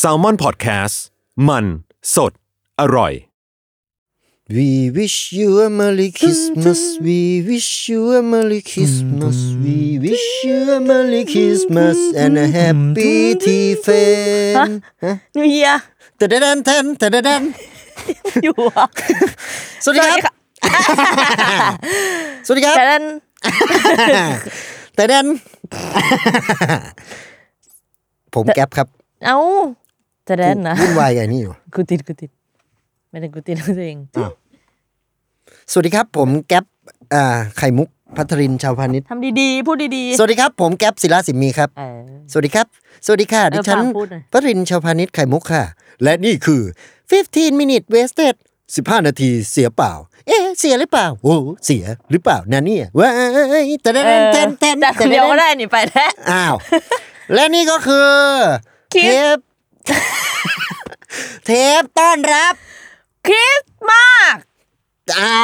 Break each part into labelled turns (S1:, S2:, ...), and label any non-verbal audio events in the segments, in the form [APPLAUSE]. S1: s a l ม o n PODCAST มันสดอร่อย
S2: We wish you a Merry Christmas. We wish you a Merry Christmas. We wish you a Merry Christmas and a happy tea [LAUGHS] fan.
S3: นิวเยีย
S2: ตะดะดันแทนตะดะดัน
S3: อยู่ [LAUGHS] อ่ะ
S2: สวัสดีครับ สวัสดีครับ
S3: แต่นั้น
S2: ตะดัน [LAUGHS] ผมแก๊ปครับ
S3: เอ้าแต่นั้นนะ
S2: วุ่นวายกับไอ้นี่อยู่
S3: กูติดกูติดไม่ได้กูติดกูติดเอง
S2: สวัสดีครับ ผมแก๊ปอ่าไข่มุกพัทรินชาวพาณิชย์
S3: ทำดีๆ พูดดี
S2: สวัสดีครับผมแก๊ปศิลาสิมมีครับ
S3: ๆเออ
S2: สวัสดีครับ สวัสดีค่ะ ดิฉัน
S3: เออฝากพูดหน่อย
S2: ปรินทร์ชาวพานิชไข่มุกค่ะ และนี่คือ 15 minute wasted 15 นาทีเสียเปล่า เอ๊ะ เสียหรือเปล่า โอ้ เสียหรือเปล่านะเนี่ยว้ายแต่แน่
S3: เออ
S2: แทนแทน
S3: แต่คนเดียวก็
S2: แต่แน่
S3: ได้นี่ไปแท้
S2: อ้าว และนี่ก็คือ
S3: คลิ
S2: เท
S3: ป
S2: ป เทปต้อนรับ
S3: เครียดมาก
S2: อ้า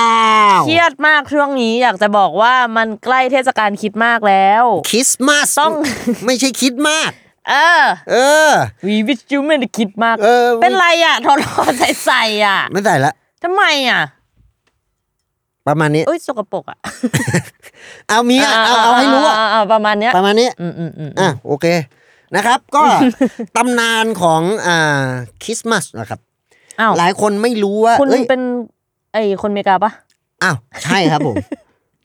S2: ว
S3: เครียดมากช่วงนี้อยากจะบอกว่ามันใกล้เทศกาลคริดมากแล้ว
S2: คริสต์มาส
S3: ต้อง
S2: ไม่ใช่คิดมาก
S3: เออ
S2: เออ
S3: วีวิชจูไม่ได้คิดมาก
S2: เออ
S3: เป็นไรอ่ะทอรอใส่ใส่ๆอ่ะ
S2: ไม่ได้ละ
S3: ทำไมอ่ะ
S2: ประมาณนี้
S3: อุ้ยสกปรกอ่ะ
S2: เอาเมียเอาเอาให้รู้อะ
S3: เเประมาณเนี้ย
S2: [LAUGHS] ประมาณนี้
S3: อืมอืมอืม
S2: อ่ะโอเคนะครับ
S3: [LAUGHS]
S2: ก็ ตำนานของอ่าคริสต์มาสนะครับ
S3: อ้าว
S2: หลายคนไม่รู้ว่า
S3: คุณ
S2: เอ้ย
S3: เป็นไอคนอเมริกาปะ
S2: อ้าวใช่ครับผม
S3: [LAUGHS]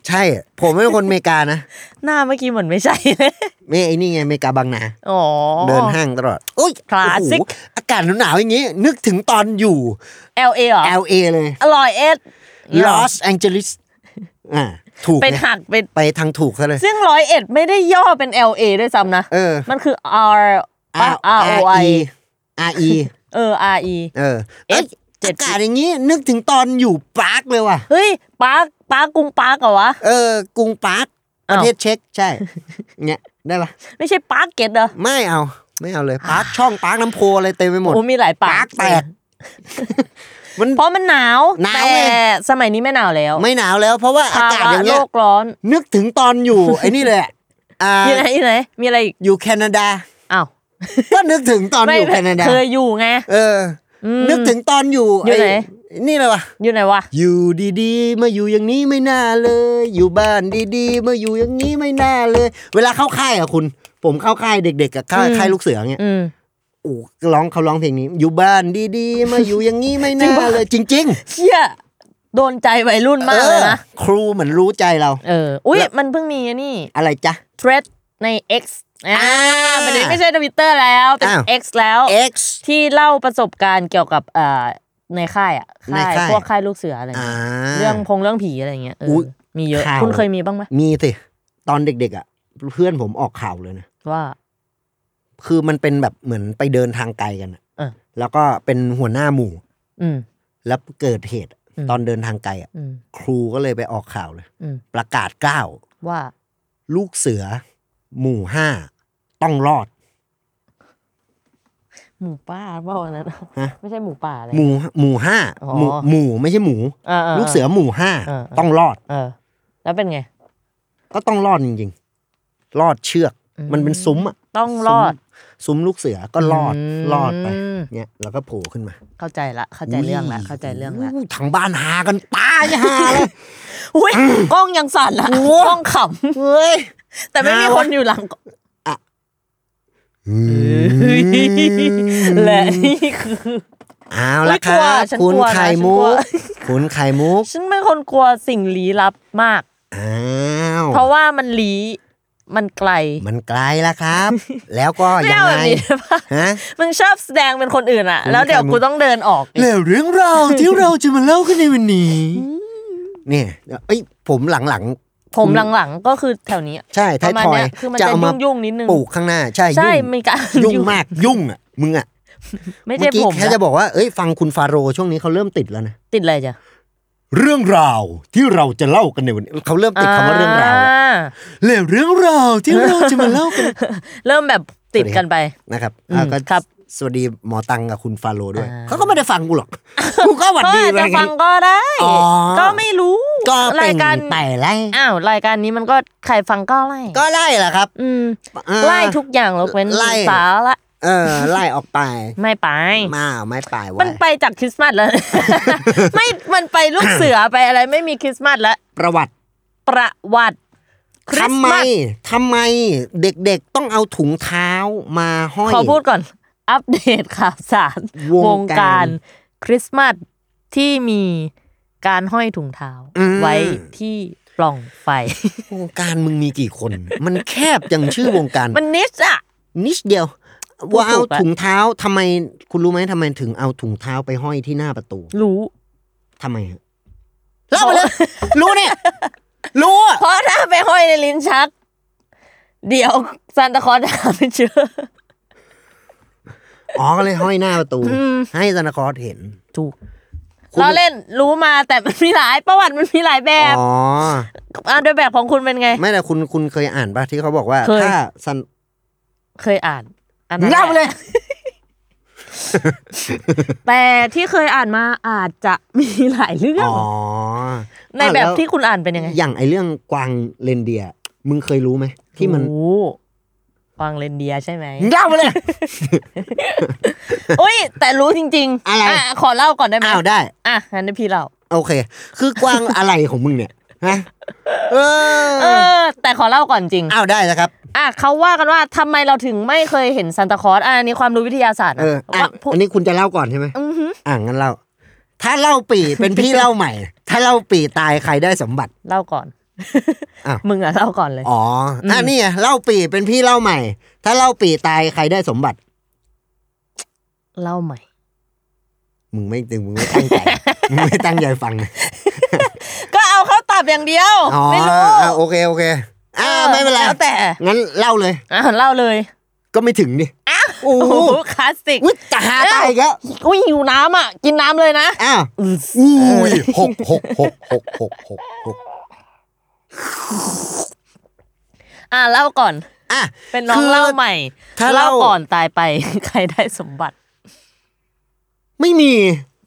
S2: ใช่ ผมไม่ใช่คนอเมริกานะ
S3: หน้าเมื่อกี้เหมือนไม่ใช่เลย
S2: ไม่ไอ้นี่ไงอเมริกาบางนา
S3: อ๋อ
S2: เดินห้างตลอดโอ้ย
S3: คลาสสิก
S2: โอ้โหอากาศหนาวๆอย่างงี้ นึกถึงตอนอยู่
S3: LA เหรอ
S2: LA เลย
S3: อร่อยเอ็ด
S2: Los Angeles อ่าถูก
S3: เป็น
S2: ไง
S3: หักเป็น
S2: ไปทางถูกซะเลย
S3: ซึ่งร้อยเอ็ดไม่ได้ย่อเป็น LA ด้วยซ้ำนะ
S2: เออ
S3: มันคือ R ปะ
S2: R
S3: R O I
S2: E R E
S3: เออ R E
S2: เออเอ้ย
S3: เจ็ด
S2: อากาศอย่างงี้ นึกถึงตอนอยู่ปาร์คเลยว่ะ
S3: เฮ้ยปาร์คปาร์คกรุงปาร์กเหรอวะ
S2: เออกรุงปาร์คป
S3: อ้า
S2: ระ
S3: ว
S2: เทศเช็กใช่
S3: [LAUGHS]
S2: เนี่ยได้ปะ
S3: ไม่ใช่ปาร์คเกตเหรอ
S2: ไม่เอาไม่เอาเลย
S3: [SIGHS]
S2: ปาร์คช่องปาร์คน้ำโพอะไรเต็มไปหมด
S3: โอ้มีหลายปา
S2: ปาร์
S3: ร์
S2: คแตก มัน
S3: เพราะมันหนาว
S2: หนาว
S3: แต่
S2: ไง
S3: สมัยนี้ไม่หนาวแล้ว
S2: ไม่หนาวแล้วเพราะว่าอา
S3: ภาก
S2: าศ
S3: วะ
S2: อย่าง
S3: โล
S2: เงี้ย
S3: กร้อน
S2: นึกถึงตอนอยู่ [LAUGHS] ไอ้นี่เลยอะอ่า
S3: อยู่ไหนอยู่ไหน มีอะไรอีก
S2: อยู่แคนาดา
S3: อ้าว
S2: ก็นึกถึงตอนอยู่แคนาดา
S3: เคยอยู่ไง
S2: เอออ
S3: ม
S2: นึกถึงตอนอยู่
S3: อยู่ไหน
S2: ไอ้นี่เลยวะ
S3: อยู่ไหนวะ
S2: อยู่ดีๆ มาอยู่อย่างนี้ไม่น่าเลย อยู่บ้านดีๆ มาอยู่อย่างนี้ไม่น่าเลย เวลาเข้าค่ายอะคุณ ผมเข้าค่ายเด็กๆกับค่าย
S3: อืม
S2: ค่ายลูกเสือเนี่ย
S3: อืม
S2: โอ้ร้องเขาร้องเพลงนี้ อยู่บ้านดีๆ มาอยู่อย่างนี้ไม่
S3: จริ
S2: น่าง
S3: ปะ
S2: เลยจริง
S3: เชี่ยโดนใจวัยรุ่น
S2: ๆ
S3: มากเลยนะ
S2: ออครูเหมือนรู้ใจเรา
S3: เออ อุ้ย
S2: แล้ว
S3: มันเพิ่งมีอันนี่
S2: อะไรจ๊ะ
S3: thread ใน X อ่า
S2: อ่า
S3: มันไม่ใช่ทวิตเตอร์แล้ว เป็น
S2: อ้าว
S3: X แล้ว
S2: X
S3: ที่เล่าประสบการณ์เกี่ยวกับเอ่อในค่ายอ่ะ
S2: ในค่าย
S3: พวกค่ายลูกเสืออะไร
S2: อ่า
S3: เงี้ยเรื่องพงเรื่องผีอะไรเงี้ยเอออย มีเยอะ
S2: ข่าว
S3: คุณเคยมีบ้างไหม
S2: มีสิ ตอนเด็กๆอ่ะ เพื่อนผมออกข่าวเลยนะ
S3: ว่า
S2: คือมันเป็นแบบเหมือนไปเดินทางไกลกันอะ
S3: เออ
S2: แล้วก็เป็นหัวหน้าหมู่
S3: อืม
S2: แล้วเกิดเหตุ
S3: อืม
S2: ตอนเดินทางไกลอ่ะ
S3: อืม
S2: ครูก็เลยไปออกข่าวเลย
S3: อืม
S2: ประกาศเกล้าว
S3: ว่า
S2: ลูกเสือ หมู่ห้าต้องรอด
S3: หมูป่าเปล่าอันนั้น
S2: ฮะ
S3: ไม่ใช่หมูป่าอะไร
S2: หมู่หมู่ห้า
S3: อ๋อ
S2: หมู่หมู่ไม่ใช่หมู
S3: อ่าๆ
S2: ลูกเสือหมู่ห้า
S3: เออ
S2: ต้องรอด
S3: เออ แล้วเป็นไง
S2: ก็ต้องรอดจริงๆ รอดเชือก
S3: อืม
S2: มันเป็นซุ้มอ่ะ
S3: ต้องรอด
S2: ซุ้มลูกเสือก็รอด
S3: อืม
S2: รอดไป เนี่ย แล้วก็โผล่ขึ้นมา
S3: เข้าใจละ เข้าใจเรื่องละ
S2: ย
S3: เข้าใจเรื่องละ
S2: โโหทางบ้านหากันตายหาเลย
S3: อุ้ยกล้องยังสั่นละกล้องขำ
S2: เฮ้ย
S3: แต่ไม่มีคว
S2: หาะ
S3: นอยู่หลังกล้องและนี่คือ
S2: เอา
S3: อุ๊
S2: ละ
S3: ย
S2: ค
S3: กลั
S2: รั
S3: ว
S2: บ
S3: ฉัน
S2: คุณ
S3: กลัวนะ
S2: ไข่
S3: ฉัน
S2: มุ
S3: กลั
S2: [LAUGHS] ก
S3: ว
S2: คุณไข่มุก
S3: ฉันเป็นคนกลัวสิ่งลี้ลับมาก
S2: อ้าว
S3: เพราะว่ามันลี้มันไกล
S2: มันไกลแล้ว [LAUGHS] ครับ แล้วก็
S3: ไม่
S2: ยัง
S3: เอาแบบ
S2: ไง
S3: นี้ได้ปะ
S2: ฮ [LAUGHS] ะ
S3: มึงชอบแสดงเป็นคนอื่นอะแล้วเดี๋ยวกูต้องเดินออกอีก
S2: แล้วเรื่องราวที่เราจะมาเล่ากันในวันนี้ เนี่ยเอ้ยผมหลัง
S3: ผมหลังๆก็คือแถวนี้
S2: ๆ ใช่
S3: ป
S2: ท้าย
S3: ระมาณ
S2: ทอ
S3: เนี้
S2: ย
S3: ยคือมัน
S2: จะ
S3: จะ
S2: เอามา
S3: ยุ่งๆนิดนึง
S2: ปลูกข้างหน้า ใช่
S3: ใช่
S2: ยุ่ง
S3: มีการ
S2: ยุ่ง [LAUGHS] มากยุ่งอ่ะมึงอ่ะ
S3: ไม่
S2: เมื่
S3: ใช่
S2: อกี้
S3: ผม
S2: แค่จะบอกว่าเอ้ยฟังคุณฟาโรห์ช่วงนี้เขาเริ่มติดแล้วนะ
S3: ติดอะไรจ้ะ
S2: เรื่องราวที่เราจะเล่ากันในวันนี้เขาเริ่มติดคำว่าเรื่องราวแล้ว
S3: อ่
S2: แล้วเรื่องราวที่เราจะมาเล่ากัน
S3: เริ่มแบบติดกันไป
S2: นะครับ
S3: อืม
S2: อ่ะก็
S3: ครับ
S2: สวัสดีหมอตังกับคุณฟาโรห์ด้วยเขาก็ไม่ได้ฟังกู [LAUGHS] หรอกกูก็หวัด
S3: ก็
S2: ดี
S3: อาจ
S2: ไป
S3: จะ
S2: กั
S3: ฟั
S2: น
S3: งก็ได้
S2: อ๋อ
S3: ก็ไม่รู้
S2: ก็เป็
S3: ราย
S2: น
S3: การ
S2: แต่ไร
S3: อ้าวรายการนี้มันก็ใครฟังก็ไล่
S2: ก็ได้แหละครับ
S3: อืม
S2: อ่า
S3: ไล่ทุกอย่างยกเว้น
S2: ไล่
S3: สาระ
S2: เออ ไล่ออกไป
S3: ไม่ไป
S2: มาเอาไม่ไปไว้
S3: มันไปจากคริสต์มาสแล้ว [LAUGHS] ไม่ มันไปลูกเสือไปอะไรไม่มีคริสต์มาสแล้ว
S2: ประวัติ
S3: ประวัติคริส
S2: ทำ
S3: ต์
S2: ไม
S3: มาส
S2: ทำไมเด็กๆต้องเอาถุงเท้ามาห้อย
S3: ขอพูดก่อน อัปเดตข่าวสาร
S2: วงการ
S3: วงการคริสต์มาสที่มีการห้อยถุงเท้า
S2: อืม
S3: ไว้ที่ปล่อง
S2: [LAUGHS]
S3: ไฟ
S2: วงการมึงมีกี่คน มันแคบอย่างชื่อวงการ
S3: มันนิดอะ
S2: นิดเดียว
S3: พูด
S2: ว่าเอา
S3: ถูกอะ
S2: ถุงเท้าทำไม คุณรู้ไหมทำไมถึงเอาถุงเท้าไปห้อยที่หน้าประตู
S3: รู้
S2: ทำไมฮะเล่าไปเลย รู้เนี่ย รู้อะ
S3: เพราะถ้าไปห้อยในลิ้นชัก เดี๋ยวซานตาคลอสหาไม่เจอ
S2: อ๋อก็เลยห้อยหน้าประตู ให้ซานตาคลอสเห็น
S3: ถูก
S2: คุณ
S3: เราเล่นรู้มาแต่มันมีหลายประวัติมันมีหลายแบบ
S2: อ๋อ
S3: อ่ะโดยแบบของคุณเป็นไง
S2: ไม่แต่คุณคุณเคยอ่านปะที่เขาบอกว่า
S3: เคย
S2: ถ้าซัน
S3: เคยอ่านอันนั้น
S2: เล่าไปเลย
S3: [LAUGHS] แต่ที่เคยอ่านมาอาจจะมีหลายเรื่อง
S2: อ๋อ
S3: ในแบบ
S2: อ่ะล้ว
S3: ที่คุณอ่านเป็นยังไง
S2: อย่างไอเรื่องกวางเรนเดียร์มึงเคยรู้ไหมที่มัน
S3: โอ้โหวางเลนเดียร์ใช่ไหม
S2: เล่าไปเลย
S3: อุ้ยแต่รู้จริงๆ
S2: อะไร
S3: ขอเล่าก่อนได้ไหม
S2: อ้าวได้
S3: อ่ะงั้นให้พี่เล่า
S2: โอเค คือกวางอะไรของมึงเนี่ยฮะเอ
S3: เอ
S2: อ
S3: อ แต่ขอเล่าก่อนจริง
S2: อ้าวได้แล้วครับ
S3: อ่ะเขาว่ากันว่าทำไมเราถึงไม่เคยเห็นซานตาคลอสอะอันนี้ความรู้วิทยาศาสตร์
S2: เอ
S3: นะ
S2: ออ่ะ
S3: ว่าพวก
S2: อันนี้คุณจะเล่าก่อนใช่ไหม
S3: อือหือ
S2: อ่างั้นเล่า ถ้าเล่าปีเป็นพี่เล่าใหม่ ถ้าเล่าปีตายใครได้สมบัติ
S3: เล่าก่อน
S2: อ้าว
S3: มึงอ่ะเล่าก่อนเลย
S2: อ๋ออ่ะนี่ไงเล่าปีเป็นพี่เล่าใหม่ ถ้าเล่าปีตายใครได้สมบัติ
S3: เล่าใหม่
S2: มึงไม่ตึงมึงไม่
S3: [LAUGHS]
S2: ตั้งใจ มึงไม่ตั้งใจฟังนะ
S3: ก็เอาเขาตับอย่างเดียว
S2: อ๋อ
S3: ไม่รู้
S2: อ่ะโอเคโอเค อ่าไม่เป็นไร
S3: แล้วแต่
S2: งั้นเล่าเลย
S3: อ่ะเล่าเลย
S2: ก็ไม่ถึงดิโอ้
S3: โอ้
S2: โห
S3: โหคลาสสิก
S2: อุ๊ยจะหาตายอีกแล้ว
S3: อุ้ยหิวน้ำอ่ะ กินน้ำเลยนะ
S2: อ้าว อุ้ยหกหกหกหกหกหกหก
S3: อ่ะเล่าก่อน
S2: อ่ะ
S3: เป็นน้องเล่าใหม่
S2: ถ้าเล่า
S3: เล่าก่อนตายไป [LAUGHS] ใครได้สมบัติ
S2: ไม่มี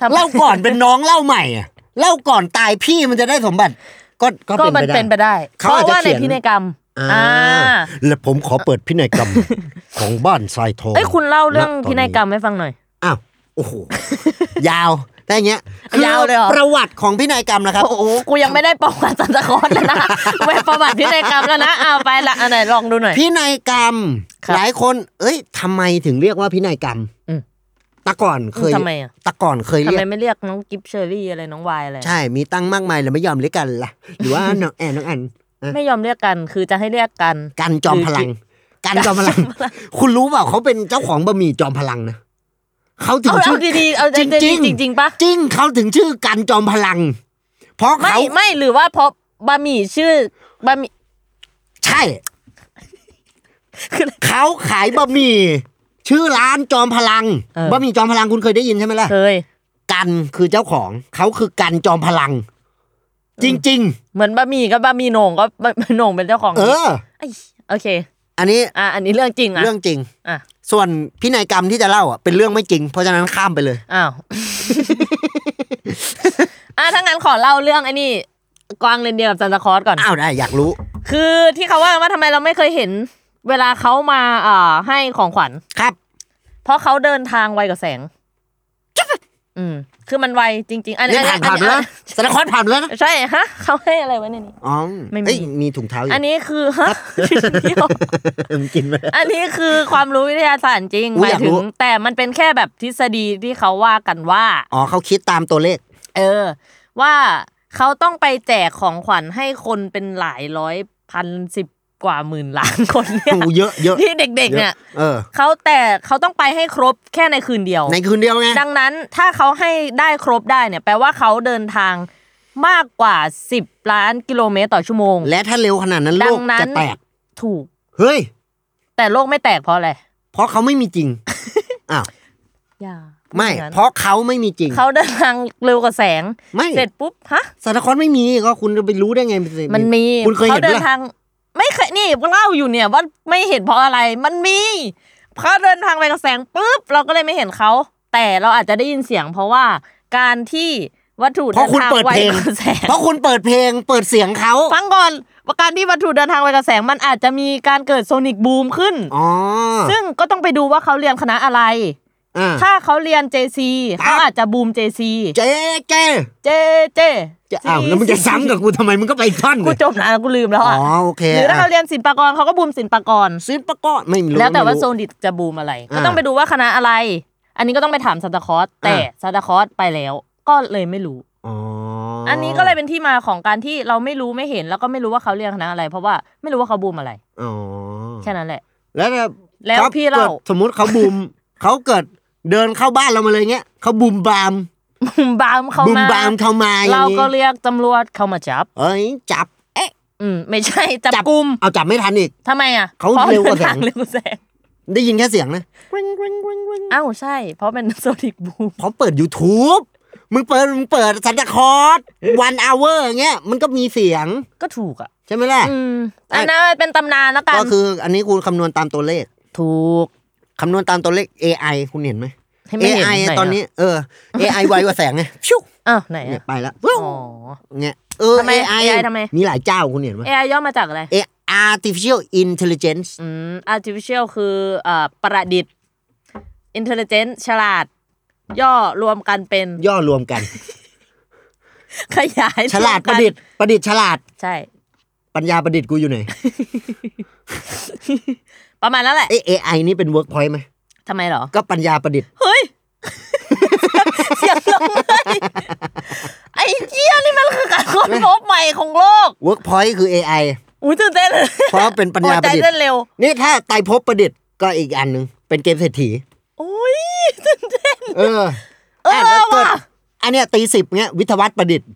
S3: ทำไม
S2: เล่าก่อนเป็นน้องเล่าใหม่อะเล่าก่อนตายพี่มันจะได้สมบัติ ก็ก็
S3: ก็
S2: เป็
S3: มัน น
S2: ไปได้
S3: เป็นไปได้ เพ
S2: เขาอาจจะ
S3: ราะว่า
S2: เขีย
S3: ใน
S2: น
S3: พินัยกรรม
S2: อ่า
S3: อ่า
S2: และผมขอเปิดพินัยกร
S3: [LAUGHS]
S2: รม ของบ้านทรายทอง
S3: เอ้ยคุณเล่าเรื่อง
S2: ณต
S3: พินัยกรรมให้ฟังหน่อย
S2: อ้าวโอ้โห ยาวได้อย่างเงี้ยคือย
S3: าวเลยเหรอ
S2: ประวัติของพินัยกรรมนะครับ
S3: โอ้โหกูยังไม่ได้ประวัติสันตะคลอนแล้วนะ [LAUGHS] เว็บประวัติพินัยกรรมแล้วนะเอาไปละอันไหนลองดูหน่อย
S2: พินัยกรรม
S3: ครับ
S2: หลายคน เอ้ยทำไมถึงเรียกว่าพินัยกรรม
S3: อืม
S2: แตะก่อนเคย
S3: ทำไมอะ
S2: แตะก่อนเคย
S3: ทำ
S2: เรียก
S3: ไมไม่เรียกน้องกิฟเชอรี่อะไรน้องวายอะไร
S2: ใช่ มีตั้งมากมายแล้วไม่ยอมเรียกกันล่ะ หรือว่า น้องแอนน้องอัน
S3: ไม่ยอมเรียกกันคือจะให้เรียกกัน
S2: กันจอมพลัง กันจอมพลัง คุณรู้เปล่าเขาเป็นเจ้าของบะหมี่จอมพลังนะเขาถึง
S3: เอา
S2: ชื่
S3: เอา
S2: อ
S3: ดีๆเอาจริงจริงๆจริงๆปะ
S2: จริงเขาถึงชื่อกันจอมพลัง เพราะ
S3: ไม่
S2: เขา
S3: ไม่หรือว่าเพราะบะหมี่ชื่อบะหมี่ [LAUGHS]
S2: ใช่เขาขายบะหมี่ชื่อร้านจอมพลัง
S3: เออ
S2: บะหมี่จอมพลังคุณเคยได้ยินใช่ไหมล่ะ
S3: เคย
S2: กันคือเจ้าของเขาคือกันจอมพลัง จริง
S3: เหมือนบะหมี่กับบะหมี่โหน่งก็บะหมี่โหน่งเป็นเจ้าของ
S2: ๆ เออ
S3: ไอ้โอเค
S2: อันนี้
S3: อ่ะอันนี้เรื่องจริงอ่ะ
S2: เรื่องจริง
S3: อ่ะ
S2: ส่วนพินัยกรรมที่จะเล่าอ่ะเป็นเรื่องไม่จริง เพราะฉะนั้นข้ามไปเลย
S3: อ้าว [LAUGHS] อ่ะถ้างั้นขอเล่าเรื่องไอ้นี่กวางเรนเดียร์กับซันตาคลอสก่อน
S2: อ้าวได้อยากรู้
S3: คือที่เขาว่าว่าทำไมเราไม่เคยเห็น เวลาเขามาเอ่อให้ของขวัญ
S2: ครับ
S3: เพราะเขาเดินทางไวกว่าแสง อืม คือมันไวจริง ๆ อัน
S2: นี่
S3: นี้
S2: ผ่านผ่าน
S3: อั
S2: ไปแล้วนะสารคอนผ่านไปแล้วนะ
S3: ใช่ฮะเขาให้อะไรไว้ในนี้
S2: อ๋อ
S3: ไม่มี
S2: เอ้ยมีถุงเท้าอยู่
S3: อันนี้คือ [LAUGHS] ฮะ
S2: [LAUGHS]
S3: เดี๋ยว
S2: มึงกินไป
S3: อันนี้คือความรู้วิทยาศาสตร์จริง
S2: อุ๊ย
S3: หมาย
S2: อยากรู้
S3: ถึง แต่มันเป็นแค่แบบทฤษฎีที่เขาว่ากันว่า
S2: อ๋อเขาคิดตามตัวเลข
S3: เออ ว่าเขาต้องไปแจกของขวัญให้คนเป็นหลายร้อยพันสิบกว่าหมื่นล้านคนเนี่ย
S2: โอ้เยอะเยอะ
S3: ที่เด็ก ๆ เนี่ย
S2: เออ
S3: เขาแต่เขาต้องไปให้ครบแค่ในคืนเดียว
S2: ในคืนเดียวไง
S3: ดังนั้นถ้าเขาให้ได้ครบได้เนี่ย แปลว่าเขาเดินทางมากกว่า 10 ล้านกิโลเมตรต่อชั่วโมง
S2: และถ้าเร็วขนาดนั้น
S3: ดั
S2: โล
S3: ง
S2: ก
S3: นั้น
S2: จะแตก
S3: ถูก
S2: เฮ้ย
S3: แต่โลกไม่แตกเพราะอะไร
S2: เพราะเขาไม่มีจ [LAUGHS] ริง อ้าว
S3: อย่า
S2: ไม่
S3: อย่างนั้น
S2: เพราะเขาไม่มีจริง
S3: เขาเดินทางเร็วกว่าแสง
S2: ไม่
S3: เสร็จปุ๊บฮะ
S2: สารคอนไม่มีก็คุณจะไปรู้ได้ไง
S3: มันมี
S2: คุณเคยเห็น
S3: เดิ
S2: ปะ
S3: น
S2: ล่ะ
S3: ทาง ไม่เคยนี่เล่าอยู่เนี่ยว่าไม่เห็นเพราะอะไรมันมีเขาเดินทางไปกับแสงปุ๊บเราก็เลยไม่เห็นเขาแต่เราอาจจะได้ยินเสียง เพราะว่าการที่ วัตถุ
S2: เพราะคุณ
S3: ทาง
S2: เปิด
S3: ไว
S2: เพลง
S3: กว่าแสง
S2: เพราะคุณเปิดเพลงเปิดเสียงเขา
S3: ฟังก่อนว่าการที่วัตถุเดินทางไวกับแสงมันอาจจะมีการเกิดโซนิกบูมขึ้น
S2: อ๋อ
S3: ซึ่งก็ต้องไปดูว่าเขาเรียนคณะอะไร
S2: อ่า
S3: ถ้าเขาเรียน JC
S2: ครับ
S3: เขาอาจจะบูม JC
S2: เจ๊เจ๊
S3: เจเจ
S2: จะอ้าวแล้วมึงจะซ้ำกับกูทำไมมึงก็ไปท่อน
S3: กู
S2: เลย
S3: จบนะกูลืมแล้ว
S2: อ๋อ
S3: อ่ะ
S2: โอเค
S3: หรือถ้าเขาเรียนศิลปากรเขาก็บูมศิลปากร
S2: ซื้อประกอบไม่รู้
S3: แล้วแต่ว่า
S2: ไม่รู้
S3: โซนิกจะบูมอะไร
S2: อ่า
S3: ก็ต้องไปดูว่าคณะอะไร อันนี้ก็ต้องไปถามซานตาคลอสแต่
S2: อ่า
S3: ซานตาคลอสไปแล้ว ก็เลยไม่รู้
S2: อ๋ออั
S3: อันนี้ก็เลยเป็นที่มาของการที่เราไม่รู้ไม่เห็น แล้วก็ไม่รู้ว่าเขาเรียนคณะอะไร เพราะว่าไม่รู้ว่าเขาบูมอะไร
S2: อ๋อ
S3: แค่นั้นแหละ
S2: แล้วถ้า
S3: แล้ว
S2: ข
S3: พี่เล่า
S2: กิดสมมุติเขาบูม [LAUGHS] เขาเกิดเดินเข้าบ้านเรามาเลยเงี้ยเขาบูมบาม
S3: บุมบามเข้า
S2: บูม
S3: มา
S2: บามเข้ามาอย่
S3: เรา
S2: งนี้
S3: ก็เรียกตำรวจเข้ามาจับ
S2: เอ้ยจับ เอ๊ะ
S3: อืมไม่ใช่จับ
S2: จับ
S3: กลุ่ม
S2: เอาจับไม่ทันอีก
S3: ทำไมอ่ะ
S2: เขา
S3: พะ
S2: เร็วกว่าแสง
S3: ดินทเร็วกว่าแสง
S2: ได้ยินแค่เสียงนะ
S3: อ้าวใช่ เพราะเป็นโซนิกบูม
S2: เพราะเปิด YouTube มึงเปิดมึงเปิดซันตาคอร์สวันอเวอร์เงี้ยมันก็มีเสียง
S3: ก็ถูกอ่ะ
S2: ใช่ไหมล่ะ
S3: อืมอันนั้นเป็นตำนานแล้วกัน
S2: ก็คืออันนี้คุณคำนวณตามตัวเลข
S3: ถูก
S2: คำนวณตามตัวเลข AI คุณเห็นไหม
S3: ให้ไม่เห็น
S2: AI
S3: ไหะ
S2: ตอนนี้เออ AI ไวกว่าแสงไงชิว
S3: อ้าวไหน
S2: เนี่ย
S3: อ่ะ
S2: ไปแล้ว
S3: อ๋อ
S2: เนี่ยเออ
S3: ทำไม
S2: AI
S3: AI ทำไม
S2: มีหลายเจ้าคุณเห็นไหม
S3: AI ย่อมาจากอะไร
S2: AI artificial intelligence
S3: อืม artificial คืออ่าประดิษฐ์ intelligent ฉลาด ย่อรวมกันเป็น
S2: ย่อรวม
S3: [LAUGHS]
S2: กัน
S3: ขยาย
S2: ฉลาดประดิษฐ์ประดิษฐ์ฉลาด
S3: ใช่
S2: ปัญญาประดิษฐ์กูอยู่ไหน
S3: ประมาณนั้นแหละ
S2: เอ้ AI นี่เป็น work point ไหม
S3: ทำไมเหรอ
S2: ก็ปัญญาประดิษฐ์
S3: เฮ้ย [LAUGHS] เสียงลงเลยไอ้เจี๊ยนี่มันคือการค้นพบใหม่ของโลก
S2: work point คือ AI
S3: อุ้ยตื่นเต้นเลย
S2: เพราะเป็นปัญญา
S3: หัว
S2: ป
S3: ใจ
S2: ระดิษ
S3: เต้น
S2: ฐ์
S3: เร็ว
S2: นี่ถ้าไตรภพประดิษฐ์ก็อีกอันหนึ่งเป็นเกมเศรษฐี
S3: โอ้ยตื่นเต้น
S2: เออ
S3: เออ
S2: อ่ะแล้วเกิด
S3: ว่ะ
S2: อันเนี้ยตีสิบเงี้ยวิทยาวัฒน์ประดิษฐ์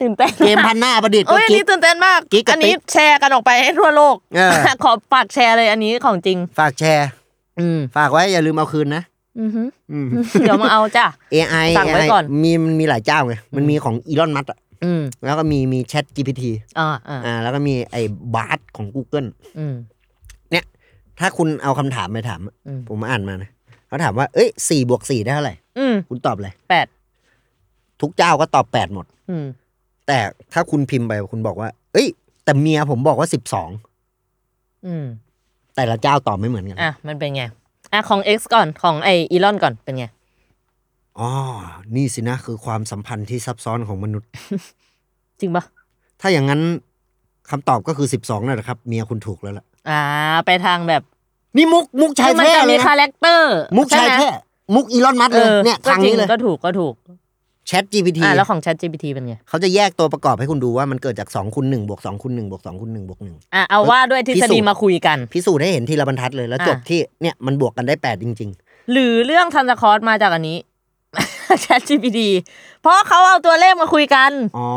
S3: ตื่นเต้น
S2: เกมพันหน้าประดิษฐ์
S3: เอ้
S2: ก็
S3: ยอัน
S2: คิ
S3: นี้
S2: ด
S3: ตื่นเต้นมาก
S2: กิ๊กกับ
S3: อันนี้
S2: ติ๊ก
S3: แชร์กันออกไปให้ทั่วโลก
S2: เออ
S3: [LAUGHS] ขอฝากแชร์เลยอันนี้ของจริง
S2: ฝากแชร์
S3: อืม
S2: ฝากไว้อย่าลืมเอาคืนนะ
S3: อือหือ
S2: อืม
S3: เดี๋ยวมาเอาจ้ะ
S2: AI
S3: สั่งไว้
S2: AI
S3: ก่อน
S2: มีมันมีหลายเจ้าไง มันมีของอีลอนมัสอะ
S3: อืม
S2: แล้วก็มีมีแชท GPT
S3: อ่าอ่า
S2: อ่า แล้วก็มีไอ้บาร์ของ Google
S3: อืม
S2: ถ้าคุณเอาคำถามไปถามอะ
S3: อืม
S2: ผมอ่านมานะเขาถามว่า เอ้ยสี่บวกสี่ได้เท่าไหร่
S3: อืม
S2: คุณตอบอะไร
S3: แปด
S2: ทุกเจ้าก็ตอบแปดหมด
S3: อืม
S2: แต่ถ้าคุณพิมพ์ไปคุณบอกว่า เอ้ย แต่เมียผมบอกว่าสิบสอง
S3: อืม
S2: แต่ละเจ้าตอบไม่เหมือนกัน
S3: อ่ะมันเป็นไง อ่ะของ X ก่อนของไออีลอนก่อนเป็นไง
S2: อ๋อนี่สินะคือความสัมพันธ์ที่ซับซ้อนของมนุษย์
S3: จริงปะ
S2: ถ้าอย่างนั้นคำตอบก็คือสิบสองนั่นแหละครับเมียคุณถูกแล้วล่ะ
S3: อ่า ไปทางแบบ
S2: นี่มุกมุกชาย
S3: มั
S2: แท้
S3: จะ
S2: เล
S3: มี
S2: ยนะ
S3: คาแรคเตอร์
S2: มุกชายแท้
S3: ใไห
S2: มุกอีลอนมัส
S3: เอ
S2: เลย
S3: อ
S2: เนี่ย
S3: ก็
S2: ทาง
S3: จริง
S2: นี้เลย
S3: ก็ถูกก็ถูก
S2: แชท GPT
S3: อ่าแล้วของ Chat GPT เป็นไง
S2: เขาจะแยกตัวประกอบให้คุณดูว่ามันเกิดจาก2คูณ1บวก2คูณ1บวก2คูณ1บวก
S3: อ่ะเอาว่าด้วยทฤษฎีมาคุยกัน
S2: 1พิสูจน์ให้เห็นทีละบรรทัดเลยแล้ว
S3: อ่ะ
S2: จบที่เนี่ยมันบวกกันได้ 8 จริง
S3: หรือเรื่องทันตคอร์สมาจากอันนี้ [LAUGHS] Chat GPT เพราะเขาเอาตัวเลขมาคุยกัน
S2: ๆ อ๋อ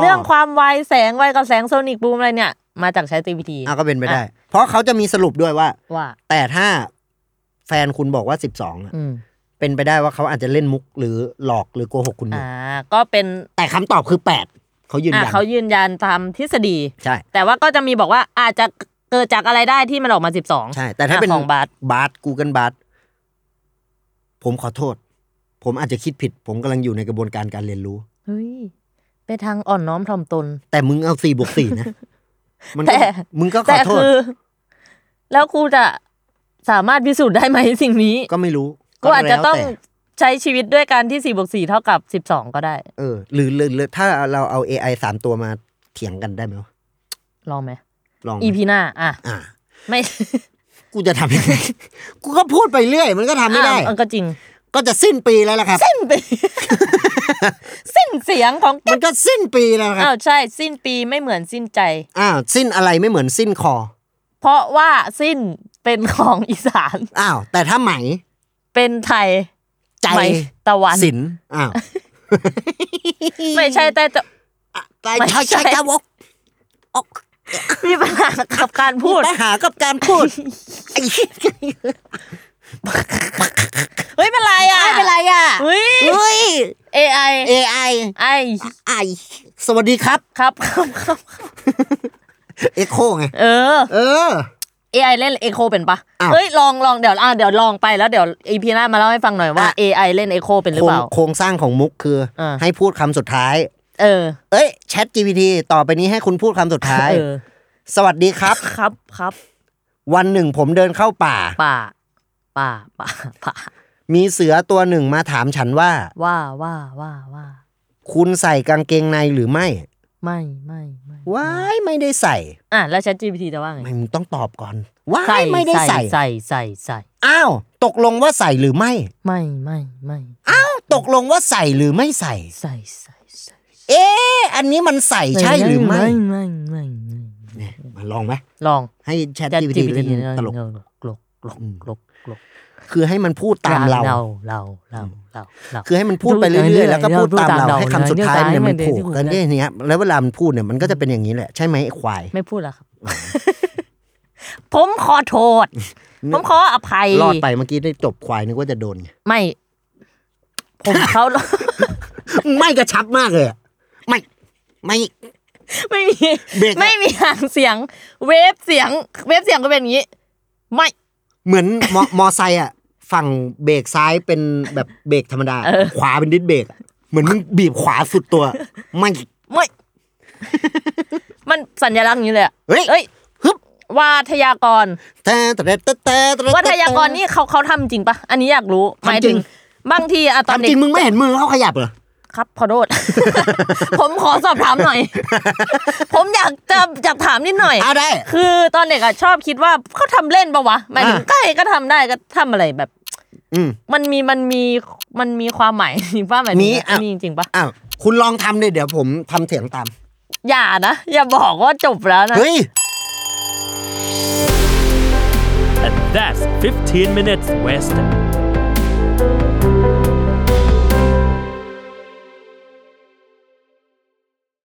S3: เรื่องความไวแสงไวกับแสงโซนิกบูมอะไรเนี่ย มาจาก Chat GPT
S2: อ่ะก็เป็นไปได้ เพราะเขาจะมีสรุปด้วยว่า
S3: ว่า
S2: แต่ถ้าแฟนคุณบอกว่า 12อ่ะ
S3: อืม
S2: เป็นไปได้ว่าเขาอาจจะเล่นมุกหรือหลอกหรือโกหกคุณอยู่
S3: อ่า ก็เป็น
S2: แต่คำตอบคือ 8เขายืน
S3: อ่า
S2: ยัน
S3: เขายืนยันตามทฤษฎี
S2: ใช่
S3: แต่ว่าก็จะมีบอกว่าอาจจะเกิดจากอะไรได้ที่มันออกมา 12
S2: ใช่ แต่ถ้า
S3: อ่ะ
S2: เป็น
S3: ของ Bard
S2: บาร์กูเกิลบาร์ผมขอโทษ ผมอาจจะคิดผิด ผมกำลังอยู่ในกระบวนการการเรียนรู้
S3: เฮ้ยไปทางอ่อนน้อมถ่อมตน
S2: แต่มึงเอาสี่บวกสี่นะ มันก็
S3: แต่
S2: มึงก็ข
S3: แต่
S2: อโทษ
S3: คือ แล้วครูจะสามารถพิสูจน์ได้ไหมสิ่งนี้
S2: ก็ไม่รู้
S3: ก็อาจจะ
S2: แล้ว
S3: ต้อง
S2: แ
S3: ใช้ชีวิตด้วยการที่สี่บวกสี่เท่ากับสิบสองก็ได้
S2: เออหรือหรือหรือถ้าเราเอา AI สามตัวมาเถียงกันได้ไหมวะ
S3: ลองไหม
S2: ลองไหม
S3: อีพีหน้า อ่ะ
S2: อ่า
S3: ไม่
S2: กูจะทำยัง [LAUGHS] ไง กูก็พูดไปเรื่อย มันก็ทำไม่ได้
S3: อ่ะมันก็จริง
S2: ก็จะสิ้นปีแล้วล่ะครับ
S3: สิ้น
S2: [LAUGHS]
S3: ปี สิ้นเสียงของ
S2: มั
S3: แกัน
S2: นก็สิ้นปีแล้วครั
S3: อ้า
S2: บ
S3: วใช่ สิ้นปีไม่เหมือนสิ้นใจ
S2: อ้าวสิ้นอะไรไม่เหมือนสิ้นคอ
S3: เพราะว่าสิ้นเป็นของอีสาน
S2: อ้าวแต่ถ้าไหม
S3: เป็นไทย
S2: ใจ
S3: ไหมตะวัน
S2: สินอ้าว
S3: ไม่ใช่แต่ตะ
S2: ตาย
S3: ไม่
S2: ใช่
S3: ใช่
S2: ใช่ครับวกออก
S3: มีปัญหากับการพูด
S2: ปัญหากับการพูดไอ้เหี้ย
S3: เฮ้ยเป็นไรอ่ะ
S2: ไม่เป็นไรอ่ะ
S3: เฮ้ย
S2: เฮ้ย
S3: AI
S2: AI
S3: ไอ
S2: ไอสวัสดีครับ
S3: ครับครับครับ
S2: เอ็กโคไง
S3: เออ
S2: เออ
S3: AI เล่นเอโคเป็นปะ
S2: อ้าว
S3: เฮ้ยลองลองเดี๋ยวอ่ะเดี๋ยวลองไปแล้วเดี๋ยวอีพีหน้ามาเล่าให้ฟังหน่อยว่า AI เล่นเอโคเป็นหรือ
S2: โคร
S3: เป
S2: ง
S3: ล่า
S2: โครงสร้างของมุกคือ
S3: อ่า
S2: ให้พูดคำสุดท้าย
S3: เออ
S2: เอ้ยแชท GPT ต่อไปนี้ให้คุณพูดคำสุดท้าย
S3: เออ
S2: สวัสดีครับ
S3: ครับครับ
S2: วันหนึ่งผมเดินเข้าป่า
S3: ป่าป่าป่าป่า
S2: มีเสือตัวหนึ่งมาถามฉันว่า
S3: ว่าว่าว่าว่า
S2: คุณใส่กางเกงในหรือไม่
S3: ไม่ไม่ไม่
S2: ว้ายไม่ได้ใส่
S3: อ่ะแล้ว ChatGPT จะว่าไง
S2: ไม่มึงต้องตอบก่อนว้ายไม่ได้ใส่
S3: ใส่ใส่ใส่
S2: อ้าว ตกลงว่าใส่หรือไม่
S3: ไม่ไม่ไม่
S2: อ้าว ตกลงว่าใส่หรือไม่ใส่
S3: ใส่ใส่ใส่
S2: เอ๊ะอันนี้มันใส่ใช่หรือไม่
S3: ไม่ไม่ไม่ไม่
S2: มาลองไหม
S3: ลอง
S2: ให้แชท
S3: ChatGPT
S2: GPT เล่นตลก
S3: กลกกลกกลกกลก
S2: คือให้มันพูดตามเรา
S3: เราเราเราเราเรา
S2: คือให้มันพูดไปเรื่
S3: พูดไปเรื่
S2: อ
S3: อย
S2: ๆ
S3: ย
S2: แล้วก็พูดตามเรา
S3: เรา
S2: ให้คำสุดท้ายเนี่ยมัน
S3: เดี๋ยว
S2: ผูก
S3: จะ
S2: กัน
S3: ได้
S2: เนี่ยเนี้ยแล้วเวลามันพูดเนี่ยมันก็จะเป็นอย่างนี้แหละใช่ไหมไอ้ควาย
S3: ไม่พูดแล้วครับ ผมขอโทษ ผมขออภัย
S2: รอดไปเมื่อกี้ได้จบควายนึกว่าจะโดน
S3: ไม่ ผมเขา [LAUGHS]
S2: ไม่กระชับมากเลยอะไม่ไม่
S3: ไม่มี
S2: เบรกอะ
S3: ไม่มีหางเสียง เวฟเสียง เวฟเสียงก็เป็นอย่างนี้ ไม่
S2: เหมือน [LAUGHS] มอ มอไซค์อ่ะฝั่งเบรกซ้ายเป็นแบบ [LAUGHS] เบรกธรรมดา ขวาเป็นดิสเบรกอะเหมือนมึงบีบขวาสุดตัว ไม่
S3: ไม่ [LAUGHS] มันสัญลักษณ์อย่างนี้เลยอะ
S2: เฮ้ย
S3: เฮ้ย
S2: ฮึบ
S3: วาทยากร
S2: แต่แต่แต่แต่แต่
S3: วาทยากรนี่เขาเขาทำจริงปะอันนี้อยากรู้หมาย
S2: ทำจริ
S3: ถึ
S2: ง
S3: ง บางทีอะตอน
S2: ทำ
S3: เด็
S2: จ
S3: ก
S2: ริงมึงไม่เห็นมือเขาขยับเหรอ
S3: ครับขอโทษ [LAUGHS] ผมขอสอบถามหน่
S2: [LAUGHS]
S3: อย ผมอยากจะอยากถามนิดหน่อย
S2: เอาได้
S3: คือตอนเด็กอะชอบคิดว่าเขาทำเล่นปะวะหมายถึง
S2: อ่า
S3: ใกล้ก็ทำได้ก็ทำอะไรแบบ
S2: อืม
S3: มันมีมันมีมันมีความหมาย [LAUGHS] จริงป่ะหมายถึง
S2: มี
S3: ว่า
S2: อ่ะ
S3: มีจริงป่ะ
S2: อ้าวคุณลองทำเลยเดี๋ยวผมทำเสียงตาม
S3: อย่านะ อย่าบอกว่าจบแล้วนะ
S2: เฮ้ย
S4: And that's 15 minutes west.